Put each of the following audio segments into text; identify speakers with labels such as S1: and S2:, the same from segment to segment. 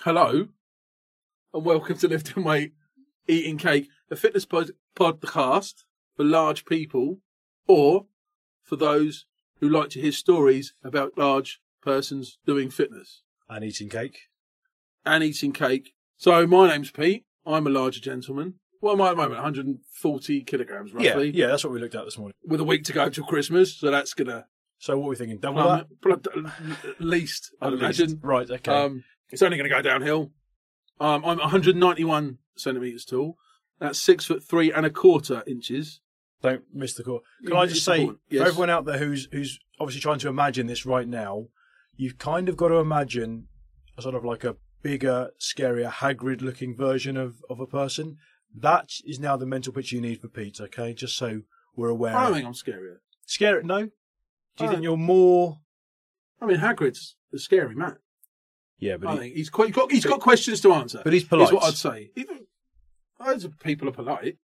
S1: Hello, and welcome to Lift and Weight Eating Cake, a fitness pod- podcast for large people or for those who like to hear stories about large persons doing fitness
S2: and eating cake.
S1: and eating cake. So, my name's Pete. I'm a larger gentleman. Well, am I at the moment? 140 kilograms,
S2: Yeah,
S1: roughly.
S2: yeah, that's what we looked at this morning.
S1: With a week to go till Christmas, so that's going to
S2: So what are we thinking? Double that?
S1: plummet. At least, I'd
S2: At least.
S1: Um, imagine.
S2: Right, okay.
S1: Um, it's only going to go downhill. Um, I'm 191 centimeters tall. That's six foot three and a quarter inches.
S2: Don't miss the call. Can
S1: you-
S2: I just
S1: it's
S2: say,
S1: important. Yes.
S2: for everyone out there who's who's obviously trying to imagine this right now, you've kind of got to imagine a sort of like a bigger, scarier, Hagrid-looking version of, of a person. That is now the mental picture you need for Pete, okay? Just so we're aware.
S1: I don't think I'm scarier.
S2: Scare it? No? Do you
S1: I
S2: think
S1: don't-
S2: you're more...
S1: I mean, Hagrid's a scary man.
S2: Yeah,
S1: I
S2: but he,
S1: think he's quite, got, he's got questions to answer.
S2: but he's polite.
S1: Is what I'd say. Even loads of people are polite.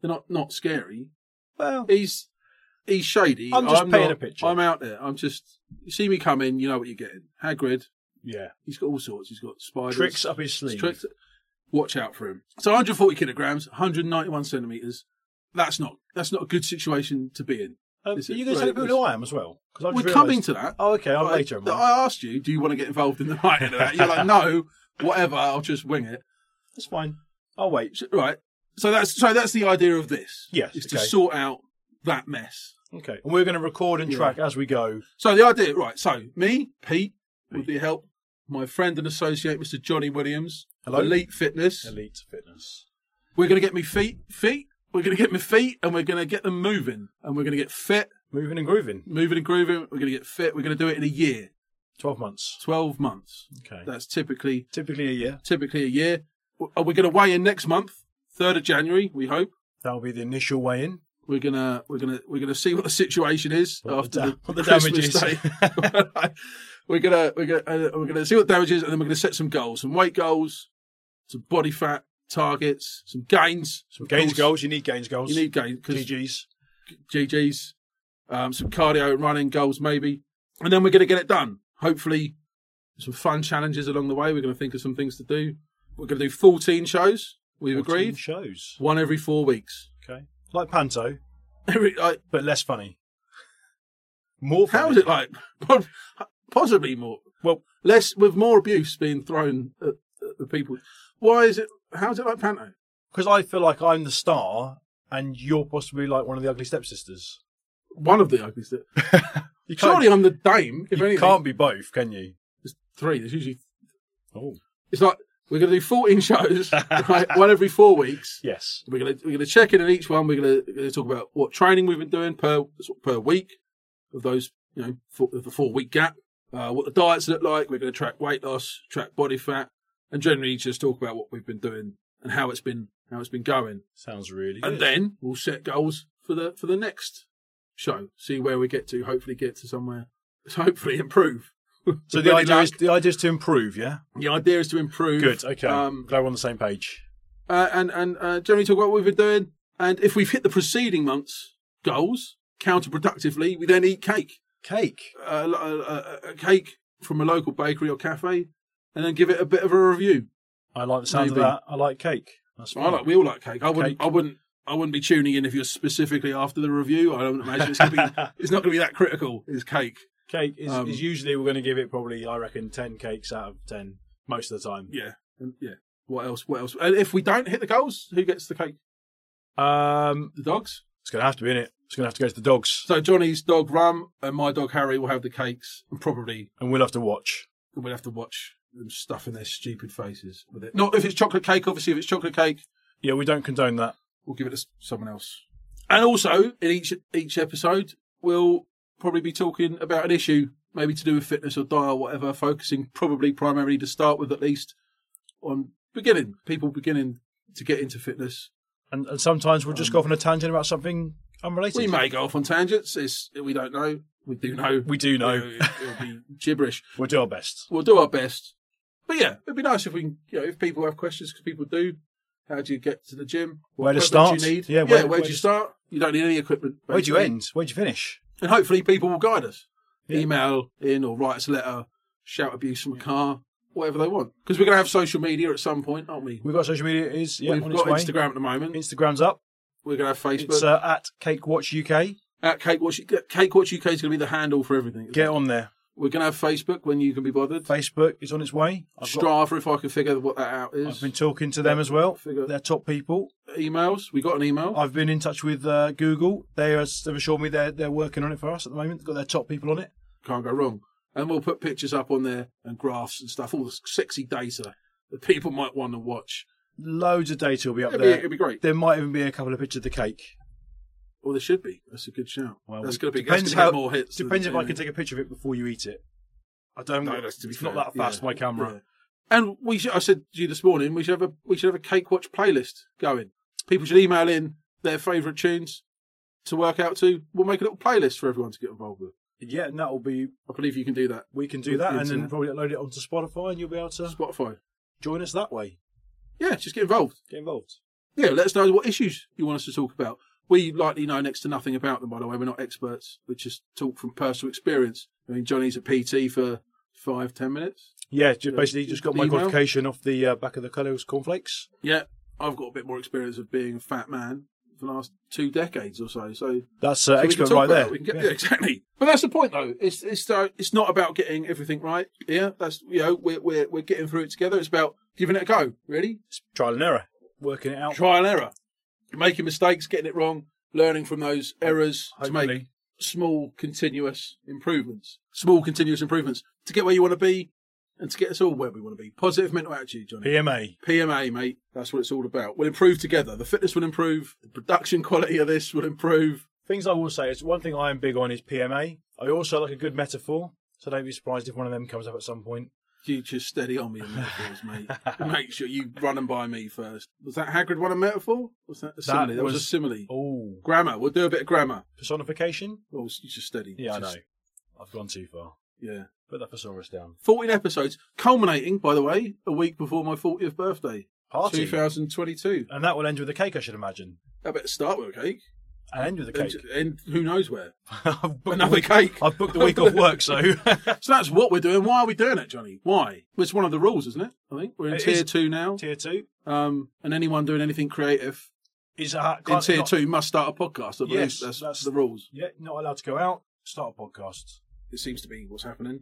S1: They're not not scary.
S2: well,
S1: He's he's shady.
S2: I'm just painting
S1: not-
S2: a picture.
S1: I'm out there. I'm just. You see me come in, you know what you're getting. Hagrid.
S2: yeah.
S1: He's got all sorts. He's got spiders.
S2: Tricks up his sleeve.
S1: Strict. Watch out for him. So 140 kilograms, 191 centimeters. That's not that's not a good situation to be in.
S2: Um,
S1: Is
S2: are
S1: it?
S2: you going to tell
S1: Right,
S2: people
S1: it's-
S2: who I am as well? 'Cause I've
S1: We're
S2: just
S1: coming
S2: realised-
S1: to that.
S2: Oh, okay. I'm
S1: I,
S2: later. am I?
S1: I asked you, do you want to get involved in the writing of that? You're like, no, whatever. I'll just wing it.
S2: That's fine. I'll wait.
S1: So- right. So that's so that's the idea of this.
S2: Yes,
S1: Is to
S2: okay.
S1: sort out that mess.
S2: Okay. And we're going to record and
S1: Yeah.
S2: track as we go.
S1: So the idea, right? So me, Pete, with the help, my friend and associate, Mr. Johnny Williams,
S2: Hello.
S1: Elite Fitness.
S2: Elite fitness.
S1: We're going to get me feet, feet. We're going to get me feet and we're going to get them moving and we're going to get fit,
S2: Moving and grooving.
S1: moving and grooving. We're going to get fit. We're going to do it in a year,
S2: 12 months.
S1: 12 months.
S2: Okay.
S1: That's typically,
S2: Typically a year.
S1: typically a year. W- We're going to weigh in next month, 3rd of January, we hope.
S2: That'll be the initial weigh in.
S1: We're going to, we're going to, we're going to see what the situation is
S2: What
S1: after
S2: the da-
S1: the,
S2: what the
S1: Christmas
S2: damage
S1: day. we're going to, we're going to, uh, we're going to see what damage is and then we're going to set some goals, some weight goals, some body fat targets, some gains.
S2: Some gains
S1: Goals.
S2: goals. You need gains goals.
S1: You need gains 'cause
S2: GGs.
S1: GGs, um, some cardio and running goals maybe, and then we're going to get it done. Hopefully, some fun challenges along the way. We're going to think of some things to do. We're going to do 14 shows. We've
S2: 14
S1: agreed
S2: Shows.
S1: one every four weeks.
S2: Okay. Like Panto,
S1: Every like,
S2: but less funny. More funny.
S1: how is it like? Po- Possibly more.
S2: Well,
S1: Less with more abuse being thrown at, at the people. Why is it? How is it like Panto?
S2: because I feel like I'm the star and you're possibly like one of the ugly stepsisters.
S1: One of the ugliest.
S2: You can't,
S1: Surely I'm the dame. If
S2: you
S1: anything,
S2: can't be both, can you?
S1: there's three. There's usually
S2: Oh.
S1: it's like we're going to do 14 shows, right, one every four weeks.
S2: Yes.
S1: We're gonna we're gonna check in on each one. We're gonna, we're gonna talk about what training we've been doing per sort of per week of those you know four, of the four week gap. Uh, what the diets look like. We're gonna track weight loss, track body fat, and generally just talk about what we've been doing and how it's been how it's been going.
S2: Sounds really
S1: And then we'll set goals for the for the next show. See where we get to. Hopefully get to somewhere. Hopefully improve.
S2: so
S1: With
S2: the
S1: any
S2: idea
S1: luck.
S2: is the idea is to improve, yeah.
S1: the idea is to improve.
S2: Good. Okay.
S1: Um,
S2: Glad we're on the same page.
S1: uh, and and uh, generally talk about what we've been doing. And if we've hit the preceding month's goals counterproductively, we then eat cake,
S2: Cake.
S1: uh, a, a- a cake from a local bakery or cafe, and then give it a bit of a review.
S2: I like the sound
S1: Maybe.
S2: of that. I like cake. That's
S1: I
S2: fine.
S1: like we all like cake. I wouldn't.
S2: Cake.
S1: I wouldn't. I wouldn't be tuning in if you're specifically after the review. I don't imagine it's going to be. It's not going to be that critical. Is cake?
S2: cake is,
S1: Um,
S2: is usually we're going to give it probably I reckon ten cakes out of ten most of the time.
S1: Yeah. And, yeah. What else? What else? And if we don't hit the goals, who gets the cake?
S2: Um,
S1: The dogs.
S2: it's going to have to be in it. It's going to have to go to the dogs,
S1: So Johnny's dog Ram and my dog Harry will have the cakes, and probably
S2: and we'll have to watch.
S1: and we'll have to watch them stuffing their stupid faces with it. Not if it's chocolate cake, obviously. If it's chocolate cake,
S2: Yeah, we don't condone that.
S1: we'll give it to s- someone else. And also, in each each episode, we'll probably be talking about an issue, maybe to do with fitness or diet or whatever, focusing probably primarily to start with, at least on beginning people beginning to get into fitness.
S2: And, and sometimes we'll just go off on a tangent about something unrelated.
S1: We may go off on tangents. It's, we don't know. We do know.
S2: We do know.
S1: It'll, it'll be gibberish.
S2: We'll do our best.
S1: we'll do our best. But yeah, it'd be nice if we, can, you know, if people have questions because people do. How do you get to the gym?
S2: Where to
S1: equipment
S2: start?
S1: Do you need?
S2: Yeah,
S1: Yeah,
S2: where-
S1: where,
S2: where
S1: do you
S2: to-
S1: start? You don't need any equipment.
S2: Where do you
S1: basically.
S2: end? Where do you finish?
S1: And hopefully, people will guide us.
S2: Yeah.
S1: Email in or write us a letter. Shout abuse from a car. whatever they want. Because we're going to have social media at some point, aren't we?
S2: We've got social media. It is yeah,
S1: We've
S2: on
S1: got
S2: its way.
S1: Instagram at the moment.
S2: Instagram's up.
S1: We're going to have
S2: It's
S1: Facebook.
S2: uh, at Cakewatch UK.
S1: at Cake Watch, Cake Watch UK is going to be the handle for everything.
S2: Get on there.
S1: We're going to have Facebook when you can be bothered.
S2: Facebook is on its way. I've, got-
S1: Strava, if I can figure what that out is.
S2: I've been talking to them as well.
S1: Figure-
S2: They're top people.
S1: Emails. We got an email.
S2: I've been in touch with uh, Google. They are, they've assured me they're they're working on it for us at the moment. They've got their top people on it.
S1: Can't go wrong. And we'll put pictures up on there and graphs and stuff. All the sexy data that people might want to watch.
S2: Loads of data will be up
S1: It'd be,
S2: there.
S1: it'd be great.
S2: there might even be a couple of pictures of the cake.
S1: Well, there should be. That's a good shout.
S2: Well,
S1: that's
S2: we-
S1: going to be.
S2: depends
S1: Depends how
S2: how-
S1: more hits. than-
S2: Depends if I
S1: yeah.
S2: can take a picture of it before you eat it. I don't.
S1: No, that's
S2: it's
S1: to be
S2: not
S1: fair.
S2: that fast.
S1: Yeah.
S2: My camera.
S1: Yeah. And we should, I said to you this morning, we should have a we should have a cake watch playlist going. People should email in their favourite tunes to work out to. We'll make a little playlist for everyone to get involved with.
S2: Yeah, and that'll be.
S1: I believe you can do that.
S2: We can do
S1: With
S2: that,
S1: the
S2: and then
S1: internet.
S2: probably upload it onto Spotify, and you'll be able to
S1: Spotify.
S2: join us that way.
S1: Yeah, just get involved.
S2: Get involved.
S1: Yeah, let us know what issues you want us to talk about. We likely know next to nothing about them, by the way. We're not experts. We just talk from personal experience. I mean, Johnny's a PT for five, ten minutes.
S2: Yeah, just basically just got my
S1: Email?
S2: qualification off the uh, back of the Colours cornflakes.
S1: Yeah, I've got a bit more experience of being a fat man for the last two decades or so. So
S2: That's
S1: So
S2: uh,
S1: we can
S2: expert
S1: talk
S2: right
S1: about
S2: there.
S1: it. We can get,
S2: Yeah.
S1: yeah. exactly. But that's the point, though. It's it's uh, it's not about getting everything right. Yeah, that's you know we're we're we're getting through it together. It's about giving it a go. Really,
S2: It's trial and error, working it out.
S1: trial and error, making mistakes, getting it wrong, learning from those errors to make
S2: Hopefully.
S1: small continuous improvements. Small continuous improvements to get where you want to be, and to get us all where we want to be. Positive mental attitude, Johnny.
S2: PMA.
S1: PMA, mate. That's what it's all about. We'll improve together. The fitness will improve. The production quality of this will improve.
S2: Things I will say is one thing I am big on is PMA. I also like a good metaphor, so don't be surprised if one of them comes up at some point.
S1: You just steady on me in metaphors, mate. Make sure you run them by me first. Was that Hagrid one a metaphor? Was that a simile? That, was, a
S2: was-
S1: simile.
S2: Oh,
S1: Grammar. We'll do a bit of grammar.
S2: personification?
S1: Well, you just steady.
S2: Yeah,
S1: Just-
S2: I know. I've gone too far.
S1: Yeah.
S2: Put that thesaurus down.
S1: 14 episodes, culminating, by the way, a week before my 40th birthday.
S2: Party.
S1: 2022.
S2: And that will end with a cake, I should imagine.
S1: I better start with a cake.
S2: And end with a cake.
S1: And who knows where.
S2: I've, booked the
S1: Another
S2: week,
S1: cake.
S2: I've booked the week off work, so
S1: So that's what we're doing. Why are we doing it, Johnny? Why? It's one of the rules, isn't it? I think we're in
S2: It
S1: tier
S2: is.
S1: two now.
S2: tier two
S1: Um, and anyone doing anything creative
S2: is uh,
S1: in
S2: can't-
S1: tier
S2: not-
S1: two must start a podcast. I believe
S2: Yes,
S1: that's,
S2: that's-
S1: the rules.
S2: Yeah, not allowed to go out. Start a podcast.
S1: It seems to be what's happening.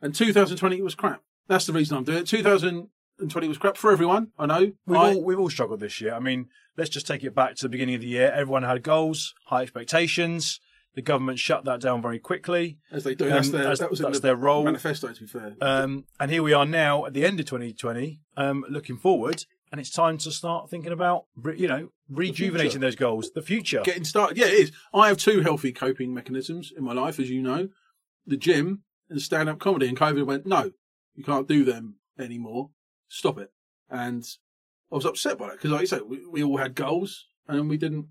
S1: And 2020 was crap. That's the reason I'm doing it. 2020 was crap for everyone. I know.
S2: We've,
S1: I-
S2: all, we've all struggled this year. I mean, let's just take it back to the beginning of the year. Everyone had goals, high expectations. The government shut that down very quickly.
S1: as they do, that's
S2: um,
S1: their,
S2: that's-
S1: that was in
S2: that's
S1: the
S2: their role.
S1: manifesto. To be fair,
S2: Um, and here we are now at the end of 2020, um, looking forward, and it's time to start thinking about, re- you know, rejuvenating those goals, the future.
S1: getting started. Yeah, it is. I have two healthy coping mechanisms in my life, as you know, the gym and stand up comedy. And COVID went, no, you can't do them anymore. Stop it. And I was upset by that because, like you say, we, we all had goals and we didn't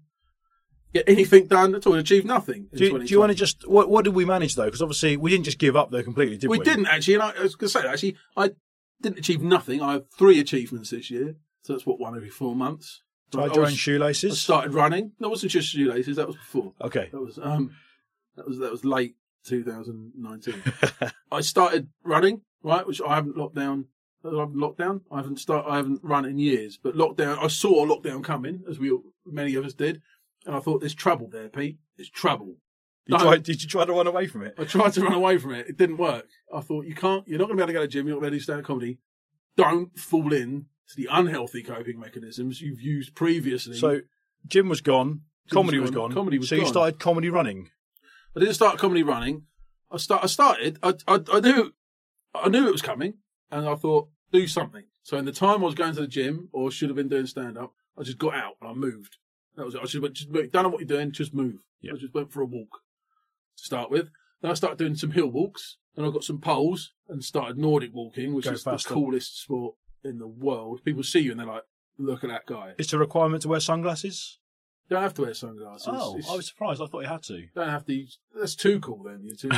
S1: get anything done at all, achieved nothing. In
S2: do, you- do you want
S1: 2020.
S2: to just what, what did we manage though? Because obviously we didn't just give up though completely, did we?
S1: We didn't actually. And I, I was going to say, actually, I didn't achieve nothing. I have three achievements this year. So that's what, one every four months. I,
S2: Tied your
S1: was-
S2: own
S1: I
S2: shoelaces.
S1: started running. That wasn't just shoelaces, that was before.
S2: Okay.
S1: That was um, that was that was late 2019. I started running, right, which I haven't locked down. I haven't locked down. I haven't start. I haven't run in years. But lockdown, I saw lockdown coming, as we all- many of us did, and I thought, "There's trouble there, Pete. There's trouble." No.
S2: You tried, did you try to run away from it?
S1: I tried to run away from it. It didn't work. I thought, "You can't. You're not going to be able to go to the gym. You're not going to do stand-up comedy. Don't fall in to the unhealthy coping mechanisms you've used previously."
S2: So, Jim was gone.
S1: Jim
S2: Comedy
S1: was
S2: was
S1: gone,
S2: gone.
S1: comedy was
S2: so you
S1: gone.
S2: started comedy running.
S1: I didn't start comedy running. I start. I started. I, I I knew, I knew it was coming, and I thought do something. So in the time I was going to the gym or should have been doing stand up, I just got out and I moved. That was it. I just went. Just move. Don't know what you're doing. Just move.
S2: Yeah.
S1: I just went for a walk to start with. Then I started doing some hill walks. Then I got some poles and started Nordic walking, which
S2: Go
S1: is
S2: faster.
S1: the coolest sport in the world. People see you and they're like, "Look at that guy."
S2: It's a requirement to wear sunglasses.
S1: Don't have to wear sunglasses.
S2: oh,
S1: It's-
S2: I was surprised. I thought you had to.
S1: don't have to. That's too cool. Then you're too.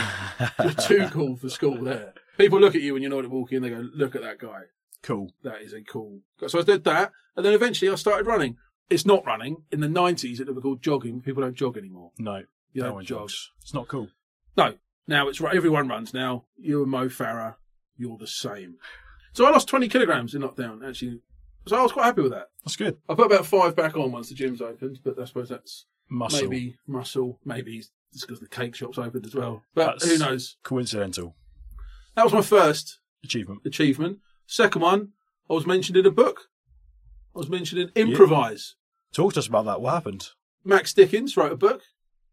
S1: You're too cool for school there. People look at you when you're not walking and they go, look at that guy.
S2: Cool.
S1: That is a cool. guy." So I did that. And then eventually I started running. It's not running. In the 90s, it would be called jogging. People don't jog anymore.
S2: No,
S1: You
S2: no
S1: don't
S2: one
S1: jog.
S2: jogs. It's not cool.
S1: No. Now it's right. Everyone runs now. You and Mo Farah, you're the same. So I lost 20 kilograms in lockdown, actually. So I was quite happy with that.
S2: That's good.
S1: I put about five back on once the gym's opened, but I suppose that's
S2: Muscle.
S1: maybe muscle. Maybe it's because the cake shop's opened as well. But
S2: That's-
S1: who knows?
S2: Coincidental
S1: That was my first
S2: achievement.
S1: achievement. Second one, I was mentioned in a book. I was mentioned in Improvise.
S2: Talk to us about that. What happened?
S1: Max Dickens wrote a book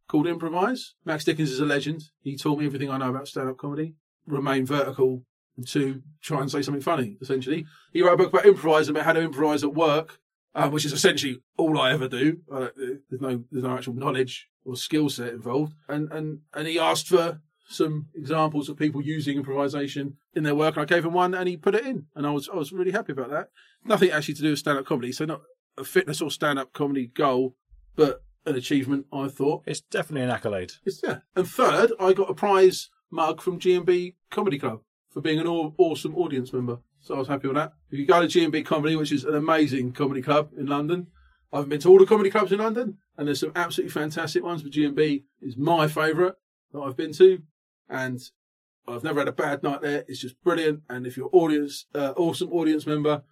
S1: called Improvise. Max Dickens is a legend. He taught me everything I know about stand up comedy. Remain vertical to try and say something funny, essentially. He wrote a book about improvise and about how to improvise at work, uh, which is essentially all I ever do. Uh, there's no there's no actual knowledge or skill set involved. And, and, and he asked for some examples of people using improvisation in their work. And I gave him one and he put it in. And I was, I was really happy about that. Nothing actually to do with stand up comedy. So, not a fitness or stand up comedy goal, but an achievement, I thought.
S2: It's definitely an accolade.
S1: It's yeah. And third, I got a prize mug from G&B Comedy Club for being an aw- awesome audience member. So I was happy with that. If you go to G&B Comedy, which is an amazing comedy club in London, I've been to all the comedy clubs in London, and there's some absolutely fantastic ones. But G&B is my favourite that I've been to, and I've never had a bad night there. It's just brilliant. And if you're audience, uh, awesome audience member,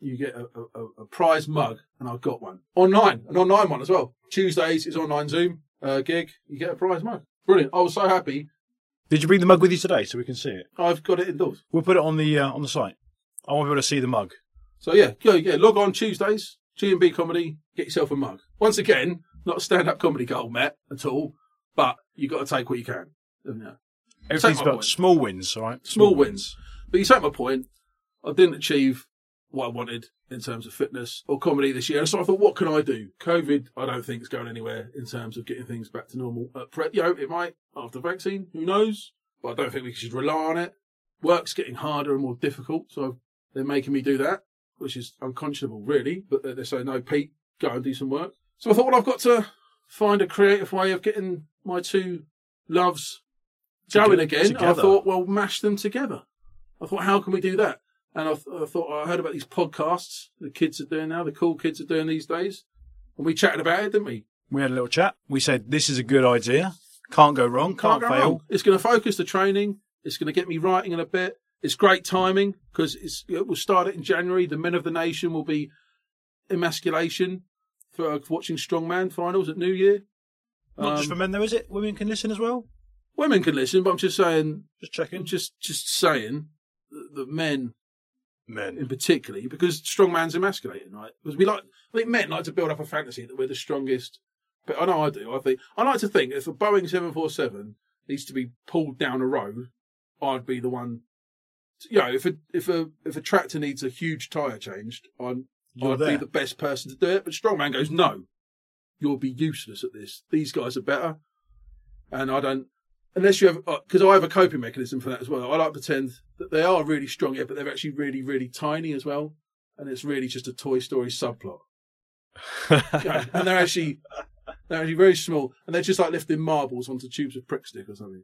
S1: you get a, a- a, a prize mug, and I got one online, an online one as well. Tuesdays is online Zoom uh, gig. You get a prize mug. Brilliant. I was so happy.
S2: Did you bring the mug with you today so we can see it?
S1: I've got it indoors.
S2: We'll put it on the uh, on the site. I want people to see the mug.
S1: So yeah, go yeah. Log on Tuesdays, G and B comedy. Get yourself a mug. Once again, not a stand-up comedy goal, Matt, at all. But you got to take what you can. haven't you?
S2: Everything's
S1: my
S2: about
S1: point.
S2: small wins, all right?
S1: Small wins. But you take my point. I didn't achieve what I wanted in terms of fitness or comedy this year. So I thought, what can I do? COVID, I don't think is going anywhere in terms of getting things back to normal. Uh, pre- you know, it might after vaccine, who knows? But I don't think we should rely on it. Work's getting harder and more difficult, so they're making me do that, which is unconscionable, really. But they're they're saying, no, Pete, go and do some work. So I thought, well, I've got to find a creative way of getting my two loves going
S2: Toge-
S1: again. I
S2: together.
S1: thought, well, mash them together. I thought, how can we do that? And I, th- I thought I heard about these podcasts the kids are doing now, the cool kids are doing these days, and we chatted about it, didn't we?
S2: We had a little chat. We said, this is a good idea. Can't go wrong.
S1: Can't
S2: Can't,
S1: go
S2: fail.
S1: wrong. It's going to focus the training. It's going to get me writing in a bit. It's great timing because it's it will start it in January. The men of the nation will be emasculation for watching strongman finals at New Year.
S2: Not just for
S1: Um,
S2: men, though, is it? Women can listen as well?
S1: women can listen, but I'm just saying,
S2: Just checking.
S1: I'm just just saying that the men in
S2: Men.
S1: particularly because strongman's emasculating, right? Because we like, I think men like to build up a fantasy that we're the strongest. But I know I do. I think I like to think if a Boeing seven four seven needs to be pulled down a road, I'd be the one. To, you know, if a if a if a tractor needs a huge tire changed, I'm,
S2: You're
S1: I'd
S2: there.
S1: be the best person to do it. But strongman goes, no, you'll be useless at this. These guys are better, and I don't. Unless you have, because I have a coping mechanism for that as well. I like to pretend that they are really strong, yeah, but they're actually really, really tiny as well, and it's really just a Toy Story subplot. You know, and they're actually they're actually very small, and they're just like lifting marbles onto tubes of prick stick or something.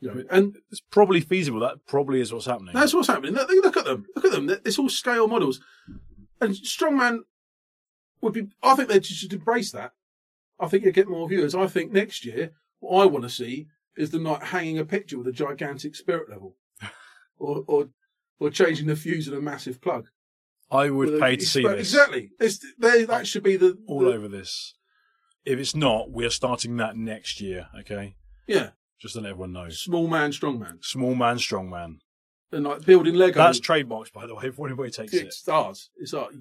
S1: You know, and
S2: it's probably feasible. That probably is what's happening.
S1: that's what's happening. Look, look at them. Look at them. It's all scale models. And Strongman would be, I think they should embrace that. I think you'll get more viewers. I think next year, what I want to see is them like hanging a picture with a gigantic spirit level or, or, or changing the fuse in a massive plug.
S2: I would
S1: With a-
S2: pay to see this.
S1: Exactly. It's, they, that should be the,
S2: All
S1: the-
S2: over this. If it's not, we're starting that next year, okay?
S1: yeah,
S2: Just to let everyone know.
S1: small man, strongman.
S2: Small man, strong man.
S1: And like building Lego.
S2: That's trademarks, by the way, if anybody takes it.
S1: it's ours. It's art.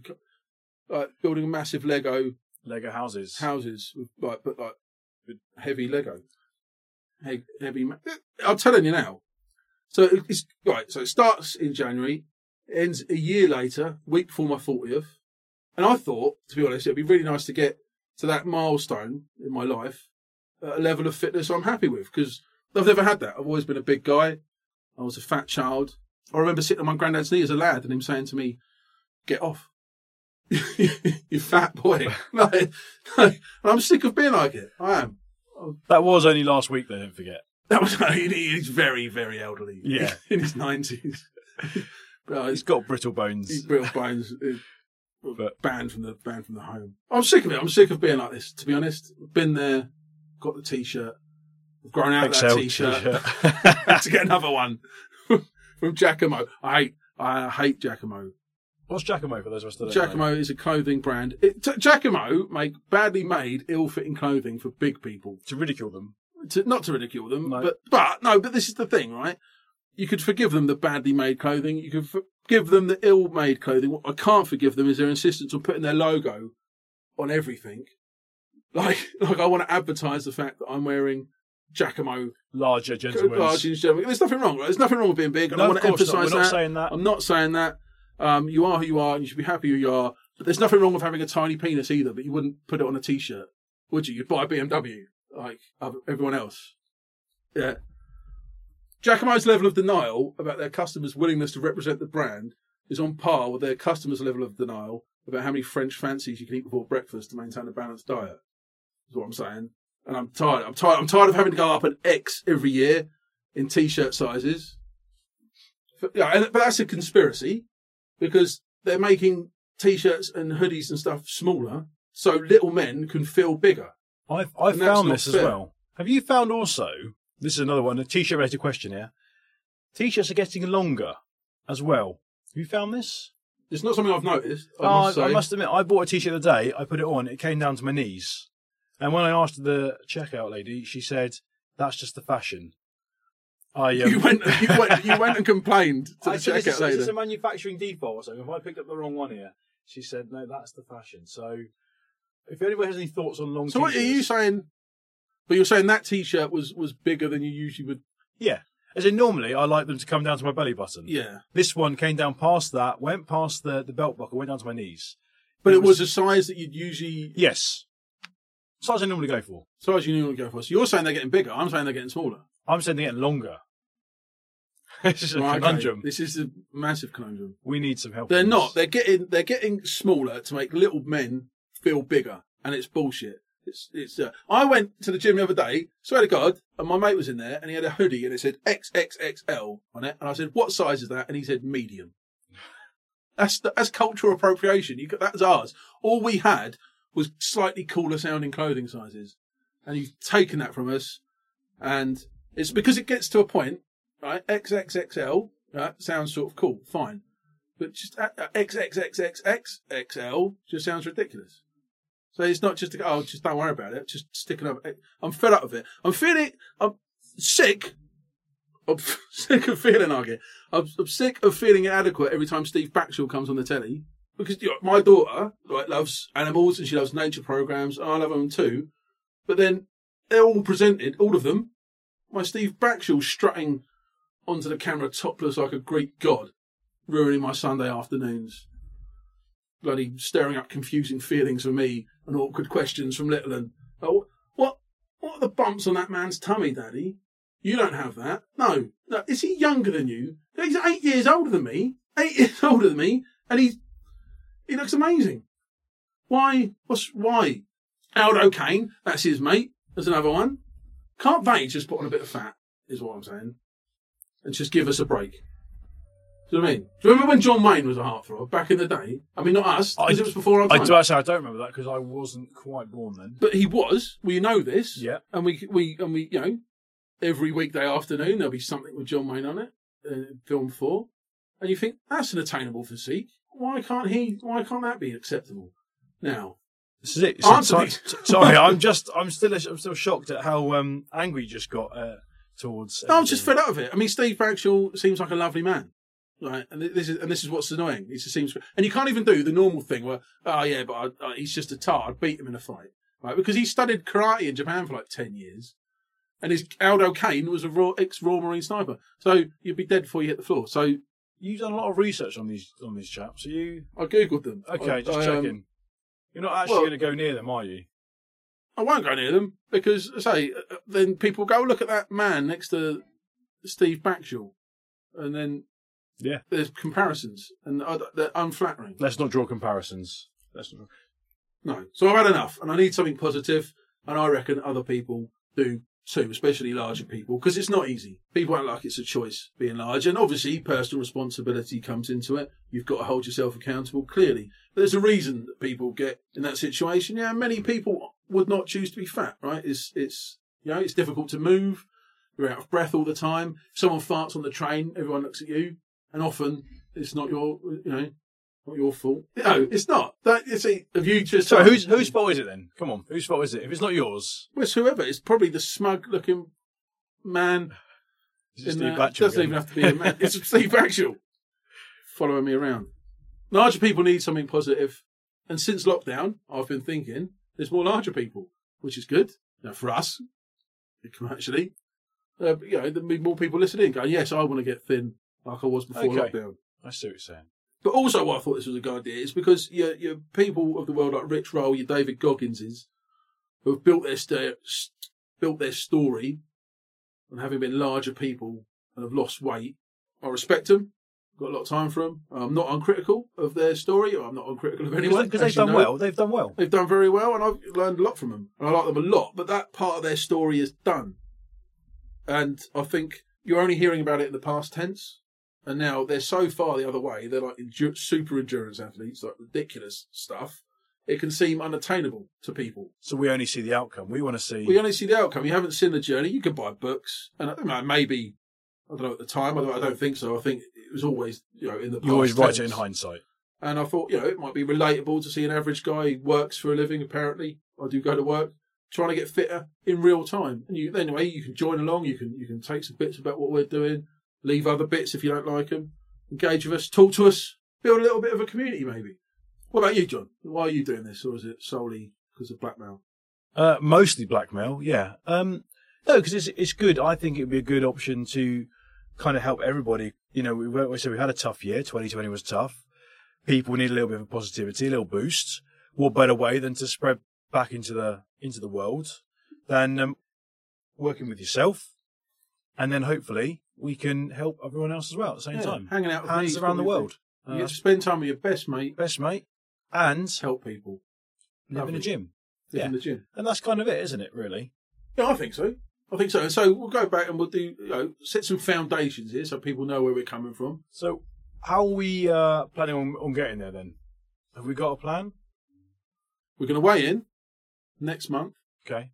S1: Like building massive Lego
S2: Lego houses.
S1: houses with like but like with heavy Lego, He- heavy. Ma- I'm telling you now. So it- it's right. So it starts in January, ends a year later, week before my fortieth, and I thought, to be honest, it'd be really nice to get to that milestone in my life, at a level of fitness I'm happy with because I've never had that. I've always been a big guy. I was a fat child. I remember sitting on my granddad's knee as a lad and him saying to me, "Get off." you fat boy. Like, like, I'm sick of being like it. I am.
S2: That was only last week, though, don't forget.
S1: That was he- he's very, very elderly.
S2: Yeah.
S1: in his nineties. but uh,
S2: He's
S1: he's,
S2: got brittle bones.
S1: he's brittle bones. he's
S2: But-
S1: uh, banned from the banned from the home. I'm sick of it. I'm sick of being like this. To be honest, been there, got the t-shirt, I've grown out of that
S2: Excel
S1: t-shirt.
S2: t-shirt.
S1: had to get another one from Giacomo. I hate I hate Giacomo.
S2: What's Giacomo for those of us that don't know?
S1: Giacomo is a clothing brand. It, T- Giacomo make badly made, ill-fitting clothing for big people.
S2: To ridicule them.
S1: to not to ridicule them,
S2: No.
S1: but but no, but this is the thing, right? You could forgive them the badly made clothing. You could forgive them the ill-made clothing. What I can't forgive them is their insistence on putting their logo on everything. Like like I want to advertise the fact that I'm wearing Giacomo
S2: Larger gentlemen.
S1: large and gentleman. There's nothing wrong. Right? There's nothing wrong with being big. and
S2: No,
S1: I
S2: of
S1: want to
S2: course
S1: emphasise
S2: not. We're
S1: that.
S2: not saying that.
S1: I'm not saying that. Um, you are who you are, and you should be happy who you are. But there's nothing wrong with having a tiny penis either. But you wouldn't put it on a t-shirt, would you? You'd buy a BMW like other- everyone else. Yeah. Giacomo's level of denial about their customers' willingness to represent the brand is on par with their customers' level of denial about how many French fancies you can eat before breakfast to maintain a balanced diet. Is what I'm saying. And I'm tired. I'm tired. I'm tired of having to go up an X every year in t-shirt sizes. But, yeah, and- but that's a conspiracy because they're making t-shirts and hoodies and stuff smaller so little men can feel bigger.
S2: I I
S1: And that's
S2: found
S1: not
S2: this as
S1: fair.
S2: well. Have you found also? This is another one, a t-shirt related question here. T-shirts are getting longer as well. Have you found this?
S1: It's not something I've noticed. I
S2: Oh,
S1: must say.
S2: I must admit, I bought a t-shirt the other day. I put it on. It came down to my knees, and when I asked the checkout lady, she said, "That's just the fashion." I um,
S1: You went, you went, you went and complained to the
S2: I said,
S1: checkout
S2: is, this, is
S1: lady.
S2: this a manufacturing default or something? Have I picked up the wrong one here? She said, "No, that's the fashion." So, if anybody has any thoughts on long,
S1: so what are
S2: t-shirts-
S1: you saying? But you're saying that t-shirt was was bigger than you usually would.
S2: Yeah, as in normally, I like them to come down to my belly button.
S1: Yeah,
S2: This one came down past that, went past the, the belt buckle, went down to my knees.
S1: but
S2: It
S1: it, was,
S2: was-
S1: a size that you'd usually
S2: Yes. Size I normally go for.
S1: size you knew would go for. So you're saying they're getting bigger. I'm saying they're getting smaller.
S2: I'm sending it longer. this is a
S1: Right, okay.
S2: conundrum.
S1: This is a massive conundrum.
S2: We need some help.
S1: They're
S2: on
S1: not.
S2: this.
S1: They're getting they're getting smaller to make little men feel bigger, and it's bullshit. It's it's. Uh, I went to the gym the other day. Swear to God, and my mate was in there, and he had a hoodie, and it said XXXL on it, and I said, "What size is that?" And he said, "Medium." That's that's cultural appropriation. You got that's ours. All we had was slightly cooler sounding clothing sizes, and you've taken that from us, and it's because it gets to a point, right? XXXL right, sounds sort of cool, fine. But just uh, uh, XXXXXXL just sounds ridiculous. So it's not just, oh, just don't worry about it. Just stick it up. I'm fed up with it. I'm feeling, I'm sick. I'm sick of feeling I get. I'm, I'm sick of feeling inadequate every time Steve Batchel comes on the telly. Because you know, my daughter like, loves animals and she loves nature programs. And I love them too. But then they're all presented, all of them, by Steve Batchel strutting onto the camera topless like a Greek god ruining my Sunday afternoons. Bloody stirring up confusing feelings for me and awkward questions from Little and oh, what what are the bumps on that man's tummy, Daddy? You don't have that. No. No, is he younger than you? He's eight years older than me. Eight years older than me, and he's he looks amazing. Why what's why? Aldo Kane, that's his mate, that's another one. Can't they just put on a bit of fat, is what I'm saying. And just give us a break. Do you know what I mean? Do you remember when John Wayne was a heartthrob back in the day? I mean, not us, because it was before our
S2: I
S1: time.
S2: do actually. I don't remember that because I wasn't quite born then.
S1: But he was. We know this.
S2: Yeah.
S1: And we we and we you know every weekday afternoon there'll be something with John Wayne on it, uh, film four, and you think that's an attainable physique. Why can't he? Why can't that be acceptable? Now,
S2: This is it.
S1: Answer
S2: so-
S1: me.
S2: so- sorry, I'm just. I'm still. I'm still shocked at how um, angry you just got uh, towards.
S1: No, I'm just
S2: everything.
S1: fed up of it. I mean, Steve Bradshaw seems like a lovely man, right? And th- this is and this is what's annoying. He just seems, and you can't even do the normal thing where, oh yeah, but I, I, he's just a tar. I'd beat him in a fight, right? Because he studied karate in Japan for like ten years, and his Aldo Kane was a raw ex Royal Marine sniper. So you'd be dead before you hit the floor. So
S2: You've done a lot of research on these on these chaps. Are you
S1: I googled them.
S2: okay?
S1: I,
S2: just
S1: I, um,
S2: checking. You're not actually
S1: well-
S2: going to go near them, are you?
S1: I won't go near them because, I say, uh, then people go look at that man next to Steve Backshall, and then
S2: Yeah.
S1: there's comparisons, and I, they're unflattering.
S2: Let's not draw comparisons. Let's not.
S1: No. So I've had enough and I need something positive and I reckon other people do too, especially larger people, because it's not easy. People act like it's a choice being large and obviously personal responsibility comes into it. You've got to hold yourself accountable, clearly. But there's a reason that people get in that situation. Yeah, many people would not choose to be fat, right? It's, it's, you know, it's difficult to move. You're out of breath all the time. If someone farts on the train, everyone looks at you. And often It's not your, you know, not your fault. No, it's not. That you see, have you just
S2: So whose whose fault is it then? Come on, whose fault is it? If it's not yours,
S1: Well, it's whoever. It's probably the smug-looking man.
S2: it's just
S1: in,
S2: Steve
S1: uh,
S2: Batchel
S1: doesn't
S2: again.
S1: even have to be a man. It's Steve Batchel following me around. Larger people need something positive, and since lockdown, I've been thinking there's more larger people, which is good. Now for us, commercially, uh, you know, there'll be more people listening, in, going, "Yes, I want to get thin like I was before
S2: Okay.
S1: lockdown."
S2: I see what you're saying.
S1: But also, why I thought this was a good idea is because your your people of the world like Rich Roll, your David Gogginses, who have built their sta s built their story on having been larger people and have lost weight. I respect them. Got a lot of time for them. I'm not uncritical of their story. Or I'm not uncritical of anyone
S2: Because they've
S1: as you
S2: done
S1: know.
S2: well. They've done well.
S1: They've done very well, and I've learned a lot from them. And I like them a lot, but that part of their story is done. And I think you're only hearing about it in the past tense. And now they're so far the other way, they're like endu- super endurance athletes, like ridiculous stuff. It can seem unattainable to people.
S2: So we only see the outcome. We want to see.
S1: We only see the outcome. You haven't seen the journey. You could buy books, and I don't know, maybe I don't know at the time. I don't, I don't think so. I think it was always you know in the
S2: you always
S1: past
S2: write it in
S1: tense.
S2: hindsight.
S1: And I thought, you know, it might be relatable to see an average guy who works for a living, apparently. I do go to work, trying to get fitter in real time. And you, anyway, you can join along. You can, you can take some bits about what we're doing, leave other bits if you don't like them, engage with us, talk to us, build a little bit of a community, maybe. What about you, John? Why are you doing this? Or is it solely because of blackmail?
S2: Uh, mostly blackmail, yeah. Um, no, because it's it's good. I think it would be a good option to kind of help everybody. You know, we, we said we had a tough year. 2020 was tough. People need a little bit of positivity, a little boost. What better way than to spread back into the into the world than um, working with yourself, and then hopefully we can help everyone else as well at the same
S1: Yeah,
S2: time.
S1: hanging out with
S2: Hands
S1: me is
S2: around the
S1: probably-
S2: world.
S1: You
S2: Uh,
S1: get to spend time with your best mate,
S2: best mate, and
S1: help people
S2: live in
S1: Lovely.
S2: a gym,
S1: live
S2: Yeah.
S1: in the gym.
S2: and that's kind of it, isn't it? Really.
S1: Yeah, I think so. I think so. And so we'll go back and we'll do, you know, set some foundations here so people know where we're coming from.
S2: So, how are we uh, planning on, on getting there then? Have we got a plan?
S1: We're going to weigh in next month.
S2: Okay.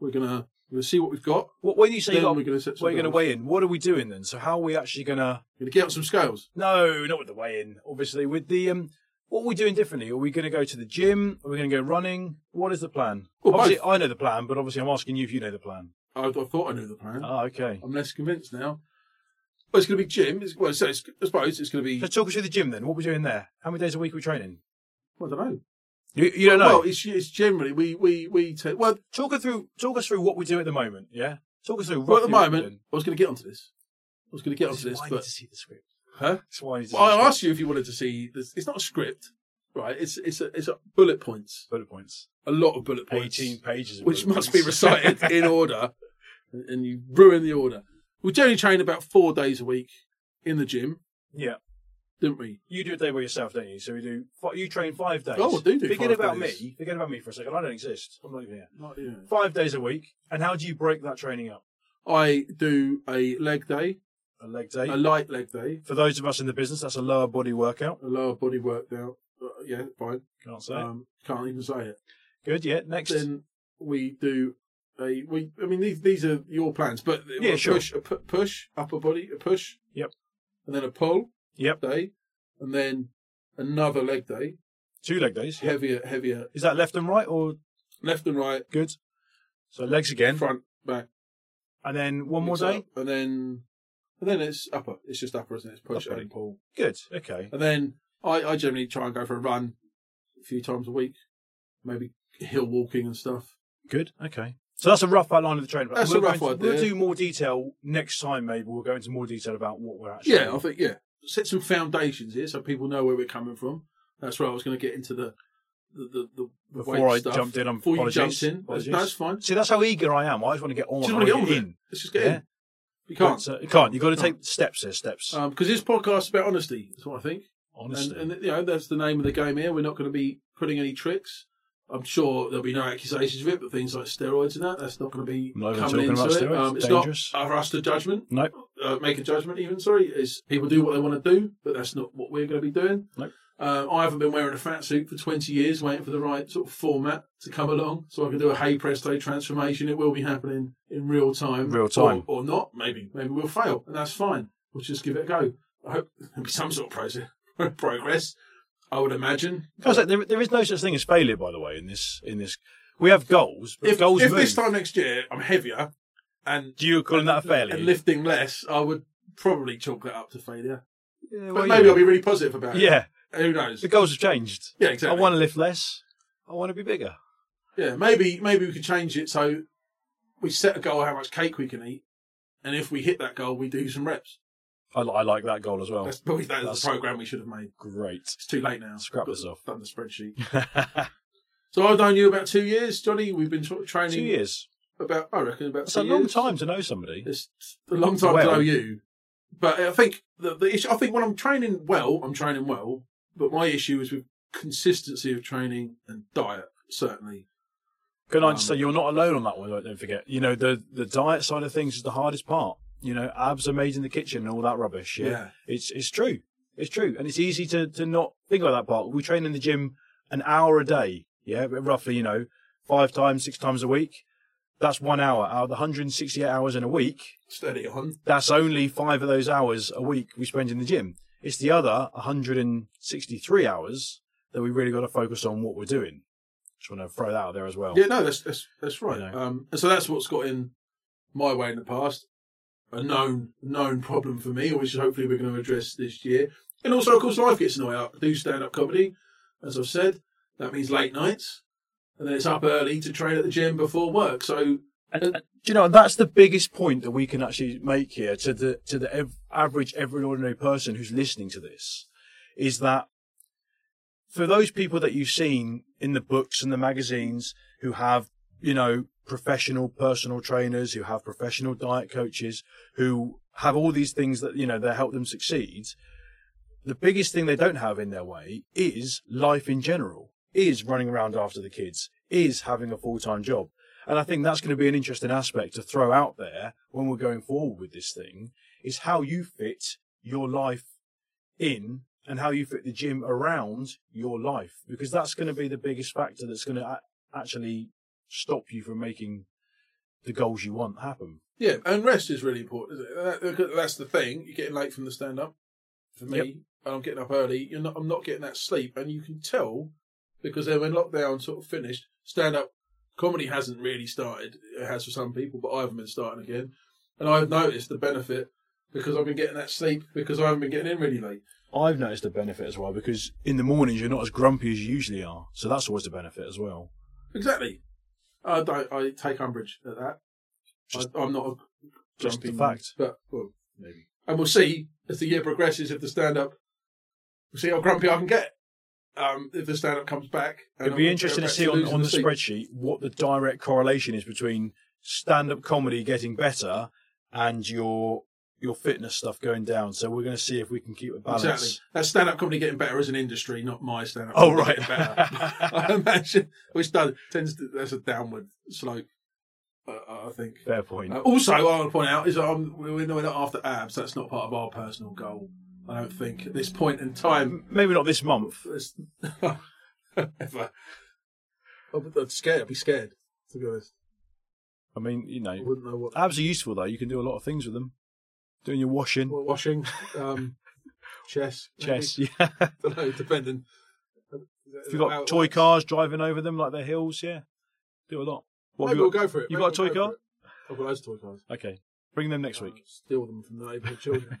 S1: We're going to we're going to see what we've got.
S2: What, when you say
S1: Then
S2: you got,
S1: we're gonna set some
S2: we're going to
S1: goals.
S2: weigh in, what are we doing then? So, how are we actually going to?
S1: We're going to get up some scales.
S2: No, not with the weigh in. Obviously, with the um, what are we doing differently? Are we going to go to the gym? Are we going to go running? What is the plan?
S1: Well,
S2: obviously,
S1: both.
S2: I know the plan, but obviously, I'm asking you if you know the plan.
S1: I, I thought I knew the plan.
S2: Oh, okay.
S1: I'm less convinced now. Well, it's going to be gym. It's, well, so it's, I suppose it's going to be.
S2: So, talk us through the gym then. What are we doing there? How many days a week are we training?
S1: I don't know.
S2: You, you don't know.
S1: Well, it's, it's generally we we we take. Well,
S2: talk us through. Talk us through what we do at the moment. Yeah. Talk us through.
S1: well, at the
S2: roughly what we're
S1: moment,
S2: doing.
S1: I was going to get onto this. I was going to get
S2: This
S1: onto
S2: is
S1: this,
S2: why I need
S1: but
S2: to see the script.
S1: huh?
S2: That's why I need to see
S1: Well,
S2: the
S1: I
S2: script.
S1: asked you if you wanted to see. This. It's not a script, right? It's it's a, it's a bullet points.
S2: bullet points.
S1: A lot of bullet points.
S2: 18 pages. Of
S1: which
S2: bullet
S1: must be
S2: points.
S1: recited in order, and you ruin the order. We generally train about four days a week in the gym,
S2: yeah.
S1: didn't we?
S2: You do a day by yourself, don't you? So we do. fi- You train five days.
S1: Oh, I do do
S2: Forget
S1: five
S2: about
S1: days.
S2: me. Forget about me for a second. I don't exist. I'm not even here.
S1: Not, yeah.
S2: Five days a week. And how do you break that training up?
S1: I do a leg day,
S2: A leg day.
S1: a light leg day,
S2: for those of us in the business, that's a lower body workout.
S1: a lower body workout. Uh, yeah, fine.
S2: Can't say. it.
S1: Um, can't even say it.
S2: Good. Yeah. Next.
S1: Then we do a we. I mean, these these are your plans, but
S2: Yeah,
S1: a
S2: sure.
S1: push, a pu- push, upper body, a push.
S2: Yep.
S1: And then a pull
S2: yep.
S1: day, and then another leg day,
S2: Two leg days. Yep.
S1: heavier, heavier,
S2: Is that left and right or
S1: left and right,
S2: good? So legs again,
S1: front, back.
S2: and then one more
S1: It's
S2: day.
S1: up, and then and then it's upper. It's just upper, isn't it? It's push
S2: Upper.
S1: and pull.
S2: Good. Okay.
S1: And then I, I generally try and go for a run a few times a week, maybe hill walking and stuff.
S2: Good. Okay. So that's a rough outline of the training. plan.
S1: That's a
S2: we'll go
S1: rough
S2: into-
S1: idea.
S2: We'll do more detail next time. Maybe we'll go into more detail about what we're actually.
S1: Yeah, I think yeah. Set some foundations here so people know where we're coming from. That's where I was going to get into the the the, the the
S2: Before
S1: weight
S2: I
S1: stuff.
S2: jumped in, I'm-
S1: before you
S2: apologies,
S1: jumped in, that's,
S2: apologies.
S1: that's fine.
S2: See, that's how eager I am. I just want to get on.
S1: Just
S2: I
S1: want to get
S2: wanna
S1: on with it.
S2: in.
S1: Let's just get
S2: Yeah.
S1: in. You can't
S2: But, uh, you can't. You've got to
S1: Can't.
S2: take steps here. Steps.
S1: because this podcast's about honesty. That's what I think.
S2: Honestly.
S1: And, and you know that's the name of the game here. We're not going to be putting any tricks. I'm sure there'll be no accusations of it, but things like steroids and that, that's not going to be
S2: I'm not even
S1: coming
S2: talking
S1: into
S2: about
S1: it.
S2: steroids.
S1: Um, it's
S2: Dangerous.
S1: not for us to judgment,
S2: nope.
S1: uh, make a judgment. Even sorry, is people do what they want to do, but that's not what we're going to be doing.
S2: Nope.
S1: Uh, I haven't been wearing a fat suit for 20 years, waiting for the right sort of format to come along, so I can do a hey presto transformation. It will be happening in real time,
S2: Real time.
S1: or, or not. Maybe, maybe we'll fail, and that's fine. We'll just give it a go. I hope there'll be some sort of process, progress, I would imagine.
S2: I was like, there, there is no such thing as failure, by the way. In this, in this, we have goals. But
S1: If,
S2: goals
S1: if
S2: move.
S1: this time next year I'm heavier and,
S2: do you call that a failure?
S1: and lifting less, I would probably chalk that up to failure.
S2: yeah,
S1: But maybe I'll be really positive about it.
S2: yeah,
S1: Who knows?
S2: the goals have changed.
S1: Yeah, exactly.
S2: I want to lift less. I want to be bigger.
S1: Yeah, maybe maybe we could change it so we set a goal how much cake we can eat, and if we hit that goal, we do some reps.
S2: I, li- I like that goal as well.
S1: That's probably that's,
S2: Oh, That's-
S1: the program we should have made.
S2: Great.
S1: It's too late now.
S2: Scrap
S1: Got-
S2: this off.
S1: Done the spreadsheet. So I've known you about two years, Johnny. We've been sort of
S2: Two
S1: training
S2: years.
S1: about I reckon about
S2: It's
S1: two
S2: a long
S1: years.
S2: time to know somebody.
S1: It's a long time
S2: Well.
S1: to know you. But I think the, the issue, I think when I'm training well, I'm training well. But my issue is with consistency of training and diet, certainly.
S2: Can I
S1: Um,
S2: just say you're not alone on that one? Don't forget. You know the the diet side of things is the hardest part. You know, abs are made in the kitchen and all that rubbish. Yeah,
S1: Yeah.
S2: it's it's true. It's true, and it's easy to to not think about that part. We train in the gym an hour a day. Yeah, but roughly. You know, five times, six times a week. That's one hour out of the 168 hours in a week.
S1: Steady on.
S2: that's only five of those hours a week we spend in the gym. It's the other 163 hours that we really got to focus on what we're doing. Just want to throw that out there as well.
S1: Yeah, no, that's that's that's right.
S2: You know.
S1: Um, and so that's what's got in my way in the past, a known known problem for me, which hopefully we're going to address this year. And also, of course, life gets in the way. I do stand up comedy, as I've said. That means late nights, and then it's up early to train at the gym before work. So uh,
S2: Do you know, that's the biggest point that we can actually make here to the to the ev- average, every ordinary person who's listening to this, is that for those people that you've seen in the books and the magazines who have, you know, professional personal trainers, who have professional diet coaches, who have all these things that you know that help them succeed, the biggest thing they don't have in their way is life in general, is running around after the kids, is having a full time job. And I think that's going to be an interesting aspect to throw out there when we're going forward with this thing is how you fit your life in and how you fit the gym around your life, because that's going to be the biggest factor that's going to a- actually stop you from making the goals you want happen.
S1: yeah, and rest is really important. Isn't it? That- that- That's the thing. You're getting late from the stand up. For me,
S2: Yep.
S1: and I'm getting up early. You're not. I'm not getting that sleep, and you can tell because then when lockdown sort of finished, stand up comedy hasn't really started. It has for some people, but I haven't been starting again. And I've noticed the benefit because I've been getting that sleep because I haven't been getting in really late.
S2: I've noticed a benefit as well because in the mornings you're not as grumpy as you usually are. So that's always a benefit as well.
S1: Exactly. I don't. I take umbrage at that.
S2: Just-
S1: I, I'm not a
S2: just
S1: grumpy
S2: the
S1: man,
S2: fact.
S1: but well, maybe. And we'll see as the year progresses if the stand up. We'll see how grumpy I can get. Um, if the stand up comes back, and
S2: It'd be
S1: I'm
S2: interesting
S1: going
S2: to
S1: back
S2: see on,
S1: losing
S2: on the
S1: sleep.
S2: spreadsheet what the direct correlation is between stand-up comedy getting better and your your fitness stuff going down. So we're going to see if we can keep a balance.
S1: Exactly. That's stand up comedy getting better as an industry, not my stand up.
S2: Oh, right.
S1: I imagine, which does tends to that's a downward slope. Uh, I think.
S2: Fair point.
S1: Uh, also, I want to point out is that I'm, we're not after abs. That's not part of our personal goal. I don't think at this point in time.
S2: M- Maybe not this month.
S1: It's, ever. I'd I'd scared. I'd be scared. To be honest,
S2: I mean, you
S1: I
S2: know,
S1: wouldn't know what.
S2: abs are useful though. You can do a lot of things with them. Doing your washing,
S1: Well, washing, um, chess, maybe.
S2: chess. Yeah.
S1: I don't know, depending.
S2: if you've got toy cars driving over them like they're hills, yeah, do a lot. What have
S1: Maybe
S2: you
S1: we'll
S2: got?
S1: go for it.
S2: you
S1: Maybe
S2: got a
S1: we'll
S2: toy
S1: go
S2: car?
S1: for it. I've got loads of toy cars.
S2: Okay, bring them next week.
S1: Steal them from the neighbourhood children.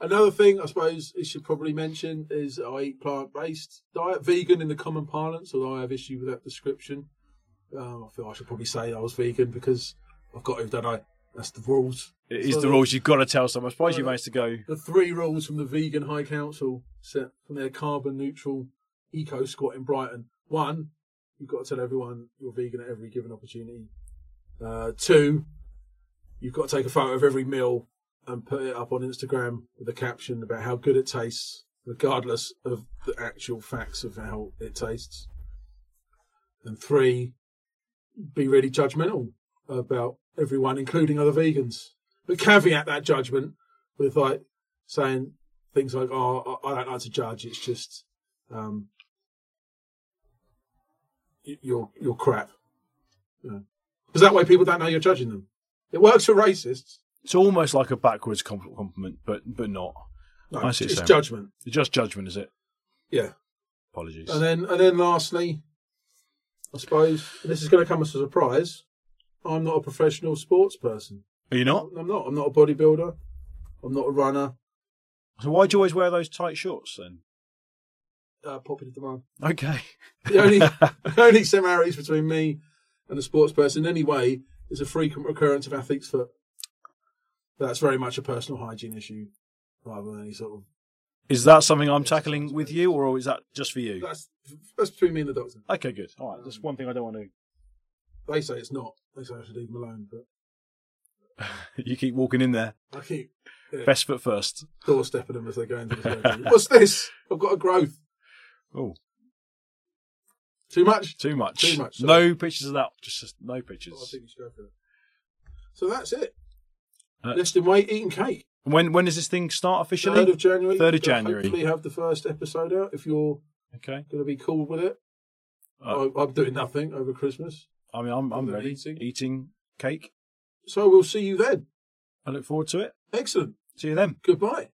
S1: Another thing I suppose I should probably mention is I eat plant based diet, vegan in the common parlance, although I have issue with that description. Um, I feel I should probably say I was vegan because I've got to, don't I? That's the rules.
S2: It is
S1: So
S2: the
S1: the-
S2: rules. You've got to tell someone. I suppose
S1: Well,
S2: you
S1: the-
S2: managed to go.
S1: The three rules from the Vegan High Council set from their carbon neutral eco squat in Brighton. One, you've got to tell everyone you're vegan at every given opportunity. Uh, two, you've got to take a photo of every meal and put it up on Instagram with a caption about how good it tastes, regardless of the actual facts of how it tastes. And three, be really judgmental about everyone, including other vegans. But caveat that judgment with like saying things like, "Oh, I I don't like to judge. It's just um, y- you're you're crap," because that way people don't know you're judging them. It works for racists,
S2: It's almost like a backwards compl- compliment, but but not.
S1: No,
S2: I see
S1: it's
S2: what you're saying.
S1: judgment.
S2: It's just judgment, is it?
S1: Yeah.
S2: Apologies.
S1: And then and then lastly, I suppose this is going to come as a surprise. I'm not a professional sports person.
S2: Are you not?
S1: I'm not. I'm not a bodybuilder. I'm not a runner.
S2: So why do you always wear those tight shorts then?
S1: Uh, popular demand.
S2: Okay.
S1: The only the only similarities between me and a sports person, anyway, is a frequent recurrence of athlete's foot. That's very much a personal hygiene issue, rather than any sort of.
S2: Is that something I'm tackling with you, or is that just for you?
S1: That's that's between me and the doctor.
S2: Okay, good. All right, that's one thing I don't want to.
S1: They say it's not. They say I should leave them alone, but
S2: You keep walking in there,
S1: I keep
S2: best foot first.
S1: doorstepping them as they go into the surgery. What's this? I've got a growth.
S2: Oh,
S1: Too much.
S2: too much.
S1: Too much, sorry. Oh,
S2: No pictures of that. Just, just no
S1: I
S2: pictures.
S1: think you should go for it. So that's it.
S2: Uh,
S1: Lifting weight, eating cake.
S2: When when does this thing start officially?
S1: Third of January.
S2: Third of
S1: We'll
S2: January.
S1: Hopefully, have the first episode out if you're
S2: okay.
S1: going to be cool with it.
S2: Oh.
S1: I, I'm doing nothing over Christmas,
S2: I mean, I'm I'm
S1: Other than
S2: ready.
S1: eating.
S2: Eating cake.
S1: so we'll see you then.
S2: I look forward to it.
S1: Excellent.
S2: See you then.
S1: Goodbye.